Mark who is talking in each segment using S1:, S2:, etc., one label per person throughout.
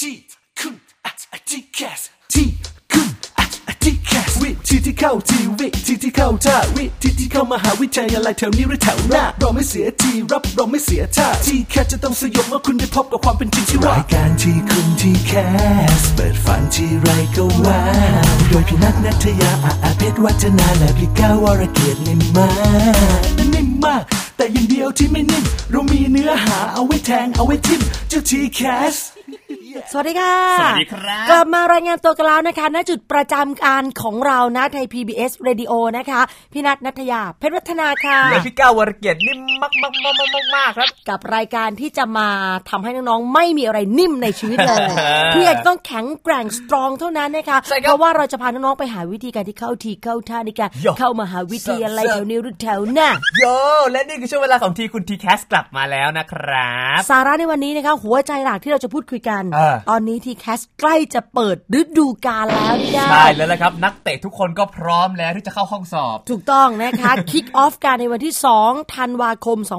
S1: ที่คุณอาจที่แคสที่คุณอาจที่แคสวิธีที่เข้าทีวิธีที่เข้าท่าวิธีที่เข้ามหาวิทยาลัยแถวนี้หรือแถวหน้าเราไม่เสียทีรับเราไม่เสียท่าที่แคสจะต้องสยบเมื่อคุณได้พบกับความเป็นจริงที่ว่ารายการที่คุณที่แคสเปิดฝันที่ไรก็ว่าโดยพี่นัทนัทยาอาอาเพชรวัฒนาและพี่ก้าวรเกียรตินิ่มมากนิ่มมาก แต่อย่างเดียวที่ไม่นิ่มเรามีเนื้อหาเอาไว้แทงเอาไว้ทิมเจ้าทีแคส
S2: สวัสดีค่ะ
S3: สวัสดีครับ
S2: กลับมารายงานตัวกันแล้วนะคะ ณ จุดประจำการของเรานะไทย PBS Radio นะคะ พี่นัทนัทยา เพชรวัฒนาค่ะ
S3: และพี่ก้าววรเกียรตินี่มากมากมากมากมากครับ
S2: กับรายการที่จะมาทำให้น้องๆ ไม่มีอะไรนิ่มในชีวิตเลย พี่อาจจะต้องแข็งแกร่งสตรองเท่านั้นนะคะ
S3: ใช่ครั
S2: เพ
S3: บ
S2: ราะว่าเราจะพาน้องๆ ไปหาวิธีการที่เข้าทีเข้าท่าในการ
S3: โย่
S2: เข้ามหาวิทยาลัยแถวนี้หรือแถวหน้า
S3: โยและนี่คือช่วงเวลาของทีคุณทีแคสกลับมาแล้วนะครับ
S2: สาระในวันนี้นะคะหัวใจหลักที่เราจะพูดคุยกัน
S3: อ่า
S2: ตอนนี้ทีแคสใกล้จะเปิดฤดูกาลแล้วพี่ดาว
S3: ใช่แล้วละครับ นักเตะทุกคนก็พร้อมแล้วที่จะเข้าห้องสอบ
S2: ถูกต้องนะคะ คิกออฟการในวันที่ 2 ธันวาคม
S3: โอ้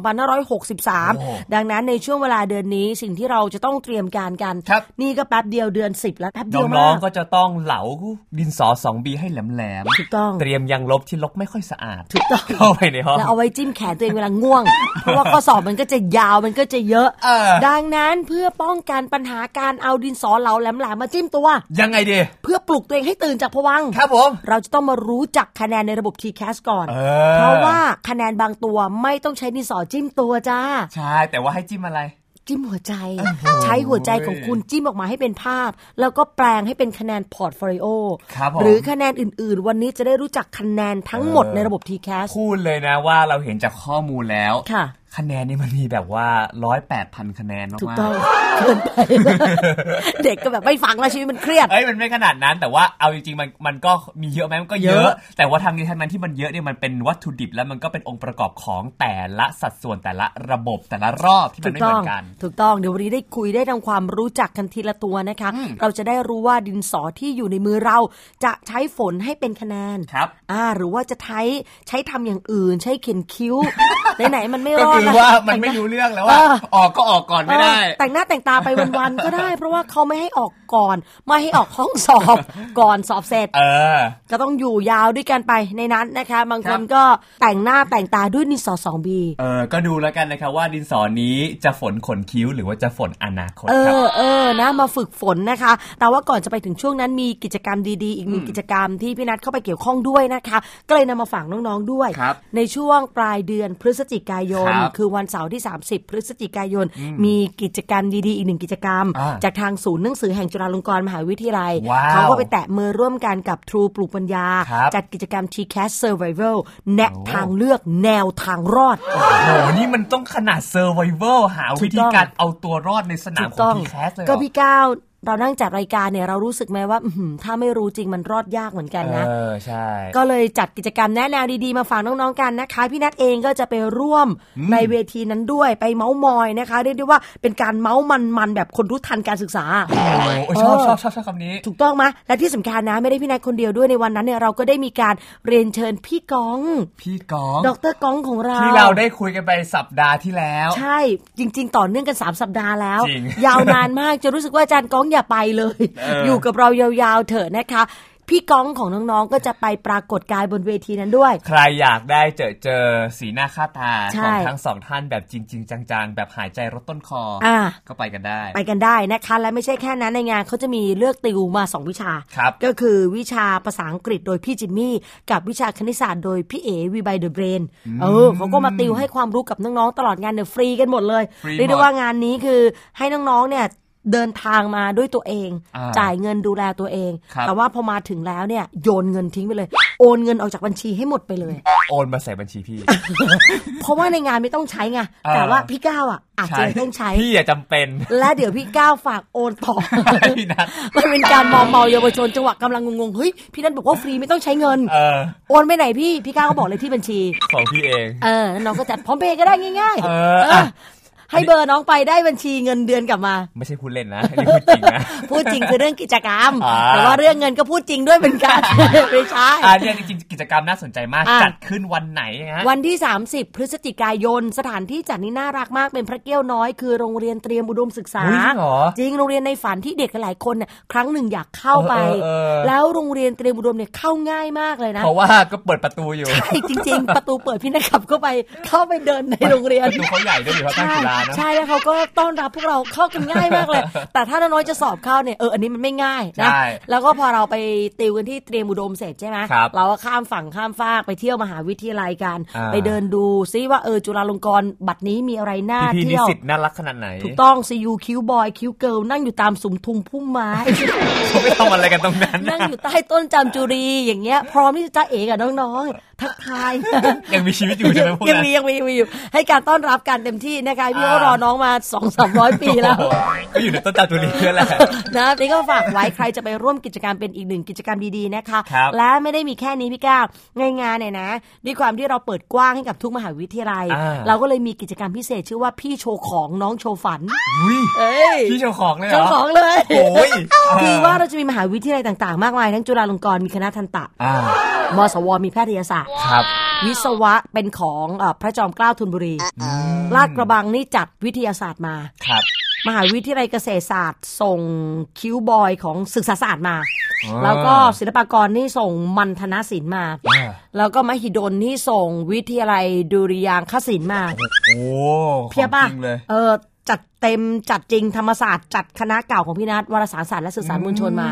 S2: 2563 ดังนั้นในช่วงเวลาเดือนนี้สิ่งที่เราจะต้องเตรียมการกัน
S3: ครับ
S2: นี่ก็แป๊บเดียวเดือน 10 แล้วแป๊บเดียว
S3: น้อ
S2: มาง ก
S3: ๆก็จะต้องเหลาดินสอสองบีให้แหลมๆ
S2: ถูกต้อง
S3: เตรียมยังลบที่ลบไม่ค่อยสะอาด
S2: ถูกต้อง
S3: เข้าไปในห้อง
S2: แล้วเอาไว้จิ้มแขนตัวเองเวลาง่วง เพราะว่าข้อสอบมันก็จะยาวมันก็จะเยอะ
S3: เออ
S2: ดังนั้นเพื่อป้องกันปัญหาการเอาดินสอเหลาแหลมๆมาจิ้มตัว
S3: ยังไงดี
S2: เพื่อปลุกตัวเองให้ตื่นจากผวังค์
S3: ครับผม
S2: เราจะต้องมารู้จักคะแนนในระบบ TCAS ก่อน
S3: เออ
S2: เพราะว่าคะแนนบางตัวไม่ต้องใช้ดินสอจิ้มตัวจ้า
S3: ใช่แต่ว่าให้จิ้มอะไร
S2: จิ้มหัวใจ ใช้หัวใจของคุณจิ้มออกมาให้เป็นภาพ แล้วก็แปลงให้เป็นคะแนนพอร์ตโฟลิโอ
S3: ครับผม
S2: หรือคะแนนอื่นๆ วันนี้จะได้รู้จักคะแนนทั้งหมดในระบบ t c a s
S3: พูดเลยนะว่าเราเห็นจากข้อมูลแล้ว
S2: ค่ะ
S3: คะแนนนี่มันมีแบบว่าร้อยแปดพันคะแนนมากๆ
S2: ถูกต้องเกินไป เด็กก็แบบไม่ฟังแล้วชีวิตมันเครียด
S3: เอ้ยมันไม่ขนาดนั้นแต่ว่าเอาจริงๆมันมันก็มีเยอะไหมมันก็เย
S2: เย
S3: อะ
S2: อะ
S3: แต่ว่าทางนี้ทางนั้นที่มันเยอะเนี่ยมันเป็นวัตถุดิบแล้วมันก็เป็นองค์ประกอบของแต่ละสัดส่วนแต่ละระบบแต่ละรอบที่มั
S2: ถูก
S3: นไม่
S2: ต้
S3: เห
S2: อง
S3: มือนกัน
S2: ถูกต้อง เดี๋ยววันนี้ได้คุยได้ทำความรู้จักกันทีละตัวนะคะ เราจะได้รู้ว่าดินสอที่อยู่ในมือเราจะใช้ฝนให้เป็นคะแนน
S3: ครับ
S2: อ่า หรือว่าจะใช้ใช้ทำอย่างอื่น ใช้เขียนคิ้ว ไหนๆมันไม่
S3: ก็
S2: รอด
S3: คือ
S2: ละ
S3: ว่ามันไม่รู้เรื่องแล้วว่า ออกก็ออกก่อนไม่ได้
S2: เออแต่งหน้าแต่งตาไปวันๆ ก็ได้ เพราะว่าเขาไม่ให้ออกก่อน ไม่ให้ออกห้องสอบ ก่อนสอบเสร็จ
S3: เออ
S2: ก็ต้องอยู่ยาวด้วยกันไปในนั้นนะคะ บางคน
S3: ครับ
S2: ก็แต่งหน้าแต่งตาด้วยดินสอสองบี
S3: เออก็ดูแล้วกันนะครับว่าดินสอนี้จะฝนขนคิ้วหรือว่าจะฝนอนาคต
S2: เอ
S3: ครับ
S2: อเออนะมาฝึกฝนนะคะ แต่ว่าก่อนจะไปถึงช่วงนั้นมีกิจกรรมดีๆ อีกหนึ่งกิจกรรมที่พี่นัทเข้าไปเกี่ยวข้องด้วยนะคะ ก็เลยนำมาฝากน้องๆด้วย
S3: ครับ
S2: ในช่วงปลายเดือนพฤศจิกายน
S3: ครับ
S2: คือวันเสาร์ที่ 30 พฤศจิกายน มีกิจกรรมดีๆ อีกหนึ่งกิจกรรม
S3: อ่า
S2: จากทางศูนย์หนังสือแห่งจุฬาลงกรณ์มหาวิทยาลัย
S3: ว้าว
S2: เขาก็ไปแตะมือร่วมกันกับทรูปลูกปัญญา
S3: ครับ
S2: จัดกิจกรรม TCAS Survival แนะทางเลือกแนวทางรอด
S3: โอ้โหนี่มันต้องขนาดเซอร์ไวเวอร์หา
S2: ถู
S3: วิ
S2: ก
S3: ธี
S2: ต้อง
S3: การเอาตัวรอดในสนามของทีแคสเลยเหร
S2: ก็
S3: อ
S2: พี่ก้าวเรานั่งจัดรายการเนี่ยเรารู้สึกไหมว่าอื้อหือถ้าไม่รู้จริงมันรอดยากเหมือนกันนะ
S3: เออใช่
S2: ก็เลยจัดกิจกรรมแนะแนวดีๆ มาฝากน้องๆกันนะคะ พี่นัทเองก็จะไปร่วมในเวทีนั้นด้วยไปเมาส์มอยนะคะเรียกได้ว่าเป็นการเมาส์มันๆแบบคนรู้ทันการศึกษา
S3: โอ้ยชอบชอบชอบชอบคำนี้
S2: ถูกต้องไหมและที่สำคัญนะไม่ได้พี่นัทคนเดียวด้วยในวันนั้นเนี่ยเราก็ได้มีการเรียนเชิญพี่กอง
S3: พี่กอง
S2: ดอกเตอรกองของเรา
S3: ที่เราได้คุยกันไปสัปดาห์ที่แล้ว
S2: ใช่จริง ๆ ต่อเนื่องกัน 3 สัปดาห์แล้ว
S3: จริง
S2: ยาวนานมากจะรู้สึกว่าอาจารย์ก้องอย่าไปเลย
S3: เออ
S2: อ
S3: อ
S2: ยู่กับเรายาวๆเถอะนะคะ พี่ก้องของน้องๆก็จะไปปรากฏกายบนเวทีนั้นด้วย
S3: ใครอยากได้เจอเจอสีหน้าค่าตา
S2: ใช่
S3: ของทั้งสองท่านแบบจริง ๆ จังๆ แบบหายใจรถต้นคออา ก็ไปกันได้
S2: ไปกันได้นะคะ และไม่ใช่แค่นั้นในงานเขาจะมีเลือกติวมา 2 วิชา
S3: ครับ
S2: ก็คือวิชาภาษาอังกฤษโดยพี่จิมมี่ กับวิชาคณิตศาสตร์โดยพี่เอวีไบเดอะเบรนเออเขาก็มาติวให้ความรู้กับน้องๆตลอดงานเนี่ยฟรีกันหมดเลย
S3: ฟรี
S2: เรียกได้
S3: หมด
S2: ว่างานนี้คือให้น้องๆเนี่ยเดินทางมาด้วยตัวเอง
S3: อ่า
S2: จ่ายเงินดูแลตัวเอง
S3: ครับ
S2: แต่ว่าพอมาถึงแล้วเนี่ยโยนเงินทิ้งไปเลย โอนเงินออกจากบัญชีให้หมดไปเลย
S3: โอนมาใส่บัญชีพี่
S2: เพราะว่าในงานไม่ต้องใช้ไง
S3: อ่า
S2: แต่ว่าพี่ก้าวอ่ะอาจจะต้องใช้
S3: พี่อย่าจำเป็น
S2: และเดี๋ยวพี่ก้าวฝากโอน ต่อ
S3: พี่นัท
S2: มันเป็นการมอมเมาเยาวชนจังหวะกำลังงงๆ เฮ้ย พี่นัทบอกว่าฟรีไม่ต้องใช้เงิน
S3: เออ
S2: โอนไปไหนพี่ พี่ก้าวก็บอกเลยที่บัญชี
S3: ของพี่เอง
S2: เออแล้วน้องก็จัดพร้อมเพย์ก็ได้ง่าย
S3: เออ
S2: เอ
S3: อ่ะ
S2: อ ให้เบอร์น้องไปได้บัญชีเงินเดือนกลับมา
S3: ไม่ใช่พูดเล่นนะอันนี้พูดจริงนะ
S2: พูดจริงคือเรื่องกิจกรรม
S3: อ่า
S2: แต่ว่าเรื่องเงินก็พูดจริงด้วยเหมือนกัน ไม่ใช่
S3: อ่าเนี่ยจริงๆกิจกรรมน่าสนใจมาก
S2: อ่ะ
S3: จัดขึ้นวันไหนฮะ
S2: วันที่ 30 พฤศจิกายน สถานที่จัดนี่น่ารักมากเป็นพระเกี้ยวน้อยคือโรงเรียนเตรียมอุดมศึกษา
S3: เฮ้ยจริงเหรอ
S2: จริงโรงเรียนในฝันที่เด็กหลายคนน่ะครั้งหนึ่งอยากเข้าไป
S3: เออเออเออ
S2: แล้วโรงเรียนเตรียมอุดมเนี่ยเข้าง่ายมากเลยนะ
S3: เพราะว่าก็เปิดประตูอยู่
S2: ใช่จริง ๆ ประตูเปิดพี่นักขับเข้าไปเข้าไปเดินในโรงเรียน
S3: ประตูเขาใหญ่ด้วยอยู่เขาตั้งจุฬานะ
S2: ใช่แล้วเขาก็ต้อนรับพวกเราเข้ากันง่าย มากเลย แต่ถ้าน้อยๆจะสอบเข้าเนี่ยเอออันนี้มันไม่ง่ายนะ
S3: ใช่
S2: แล้วก็พอเราไปติวกันที่เตรียมอุดมเสร็จใช่ไหม
S3: ครับ
S2: เราก็ข้ามฝั่งข้ามฟากไปเที่ยวมหาวิทยาลัยกัน
S3: อ่า
S2: ไปเดินดูซิว่าเออจุฬาลงกรณ์บัตรนี้มีอะไรน่า
S3: พี่ๆนิ
S2: เที่ยว
S3: สิตน่ารักขนาดไหน
S2: ถูกต้องซียูคิวบอยคิวเกิลนั่งอยู่ตามสุมทุมพุ่มไม้
S3: เขาไม่ทำอะไรกันตรงนั้น
S2: นั่งอยู่ใต้ต้นจามจุรีอย่างเงี้ยพร้อมที่จะจ้าเอ๋กับน้องๆทักทาย
S3: ยังมีชีวิตอยู่ใช่ไหมพวก
S2: ยัง
S3: นั้น
S2: มียังมียังมีอยู่ให้การต้อนรับกันเต็มที่นะคะพี่ก็
S3: อ่าร ร
S2: อน้องมา2 3 0 0 ปีแล้ว
S3: โอ้โหก็อยู่ในต้นตาลตุลีนั่นแหละ
S2: นะนี่ก็ฝากไว้ใครจะไปร่วมกิจกรรมเป็นอีกหนึ่งกิจกรรมดีๆนะคะ
S3: ครับ
S2: และไม่ได้มีแค่นี้พี่ก้าวในงานเนี่ยนะด้วยความที่เราเปิดกว้างให้กับทุกมหาวิทยาลัย
S3: อ่า
S2: เราก็เลยมีกิจกรรมพิเศษชื่อว่าพี่โชว์ของน้องโชว์ฝัน
S3: อุ๊ย
S2: เอ้ย
S3: พี่เจ้าของเลยเหรอ
S2: เจ้าของเลย
S3: โอ้ย
S2: คือว่าเราจะมีมหาวิทยาลัยต่างๆ มากมาย ทั้งจุฬาลงกรณ์มีคณะทันตะ
S3: อ่าม
S2: สว มีแพทยศาสตร์
S3: ครับ
S2: วิศวะเป็นของเอ่อพระจอมเกล้าธนบุรีลาดกระบังนี่จัดวิทยาศาสตร์มา
S3: ครับ
S2: มหาวิทยาลัยเกษตรศาสตร์ ส่งคิวบอยของศึกษาศาสตร์มา
S3: อ่า
S2: แล้วก็ศิลปากรนี่ส่งมัณฑนศิลป์มา
S3: อ่า
S2: แล้วก็มหิดลนี่ส่งวิทยาลัยดุริยางคศิลป์มา
S3: โอ้
S2: เพียบ
S3: ข
S2: ป่ะ
S3: องจริงเลย
S2: เออจัดเต็มจัดจริงธรรมศาสตร์ จัดคณะเก่าของพี่นัทวารสารศาสตร์และสื่อสารมวลชนมา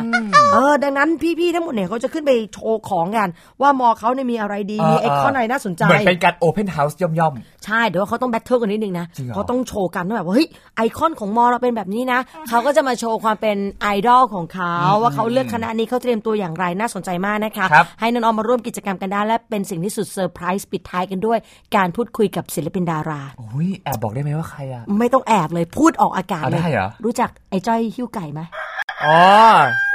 S2: เออ ดังนั้นพี่ ๆ ทั้งหมดเนี่ยเขาจะขึ้นไปโชว์ของกัน ว่ามอเขาเนี่ยมีอะไรดีมี
S3: เออ
S2: ไอคอน
S3: เอออ
S2: อะไรน่าสนใจ
S3: เหมือนเป็นการโอเพนเฮาส์ย่อม
S2: ใช่เดี๋ยวเขาต้องแบทเทิลกันนิดนึงนะ
S3: จริงเหรอ
S2: เขาต้องโชว์กันว่าแบบว่าเฮ้ยไอคอนของมอเราเป็นแบบนี้นะ เขาก็จะมาโชว์ความเป็นไอดอลของเขาว่าเขาเลือกคณะนี้เขาเตรียมตัวอย่างไรน่าสนใจมากนะคะ
S3: ครับ
S2: ให้น้องๆมาร่วมกิจกรรมกันได้และเป็นสิ่งที่สุดเซอร์ไพรส์ปิดท้ายกันด้วย การพูดคุยกับศิลปินดารา
S3: ๆอุ้ยแอบบอกได้ไหมว่าใครอ่ะ
S2: ไม่ต้องแอบเลยพูดออกอากาศ
S3: เอา
S2: เล
S3: ได้
S2: ย
S3: เหรอ
S2: รู้จักไอ้จ้อยหิ้วไก่ไหม
S3: อ๋อ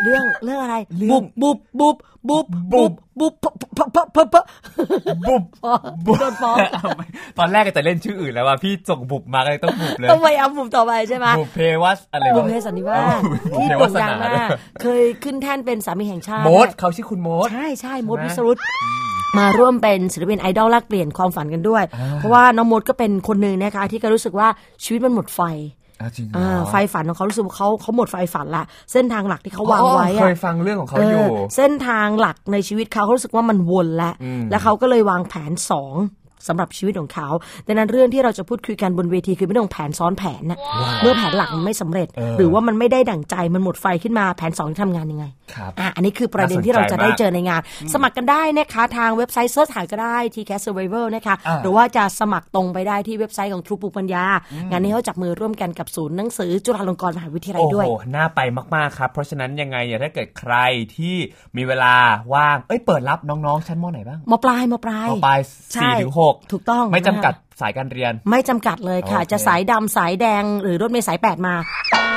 S2: เรื่องเรื่องอะไร
S3: เรื่อง
S2: บุบบุบบุบบุบ
S3: บุ
S2: บุบบ บุบเพอะเพอะเพอะเพอะ
S3: บุบ
S2: พอโดนฟ้อง
S3: เอาไปตอนแรกก็จะเล่นชื่ออื่นแล้วว่าพี่ส่งบุบมาก็เลยต้องบุบเลย
S2: ต้องไปเอาบุบต่อไปใช่ไหม
S3: บุบเพวัสอะไร
S2: บุพ
S3: วะ
S2: เพสันนิวาส
S3: บุบ
S2: ที่
S3: เพ
S2: โด่
S3: วาง ส
S2: ดัง
S3: นาม
S2: าก เคยขึ้นแท่นเป็นสามีแห่งชาติ
S3: โมด
S2: ด้วย
S3: เขาชื่อคุณโมด
S2: ใช่ใช่มด
S3: ใช่ไหม
S2: วิสรุตมาร่วมเป็นศิลปินไอดอลแลกเปลี่ยนความฝันกันด้วย เพราะว่าน้องมดก็เป็นคนหนึ่งนะคะ ที่ก็รู้สึกว่าชีวิตมันหมดไฟ
S3: าจริงเหรอ
S2: อ่าไฟฝันของเขารู้สึกว่าเขาเขาหมดไฟฝันละเส้นทางหลักที่เขาวาง
S3: อ๋อ
S2: ไว้
S3: เค
S2: อะ
S3: ยฟังเรื่องของเขาอยู่
S2: เออเส้นทางหลักในชีวิตเขาเขารู้สึกว่ามันวนแล้วแล้วเขาก็เลยวางแผนสองสำหรับชีวิตของเขาดังนั้นเรื่องที่เราจะพูดคุยกันบนเวทีคือเรื่องของแผนซ้อนแผนนะเมื่อแผนหลักมันไม่สำเร็จ
S3: เออ
S2: หรือว่ามันไม่ได้ดั่งใจมันหมดไฟขึ้นมาแผนสองจะทำงานยังไง
S3: ครับ
S2: อ่ะอันนี้คือประเด็นที่เราจะได้เจอในงาน สมัครกันได้นะคะ ทางเว็บไซต์เสิร์ชหาก็ได้ TCAS Survivor นะคะ
S3: อ่า
S2: หรือว่าจะสมัครตรงไปได้ที่เว็บไซต์ของทรูปปัญญา งานนี้เขาจับมือร่วมกันกับศูนย์หนังสือจุฬาลงกรณ์มหาวิทยาลัยด้วย
S3: โอ้โห น่าไปมาก ๆ ครับ เพราะฉะนั้นยังไงเนี่ยถ้าเกิดใครที่มีเวลาว่าง เอ้ย เปิดรับน้อง ๆ ชั้นมอไหนบ้าง
S2: มอปลายมอปลาย
S3: มปลายสี่
S2: ใช่
S3: ถึงหก
S2: ถูกต้อง
S3: ไม่จำกัด
S2: นะ
S3: สายการเรียน
S2: ไม่จำกัดเลยค่ะ
S3: โอเค
S2: จะสายดำสายแดงหรือรถเมล์สาย 8 มา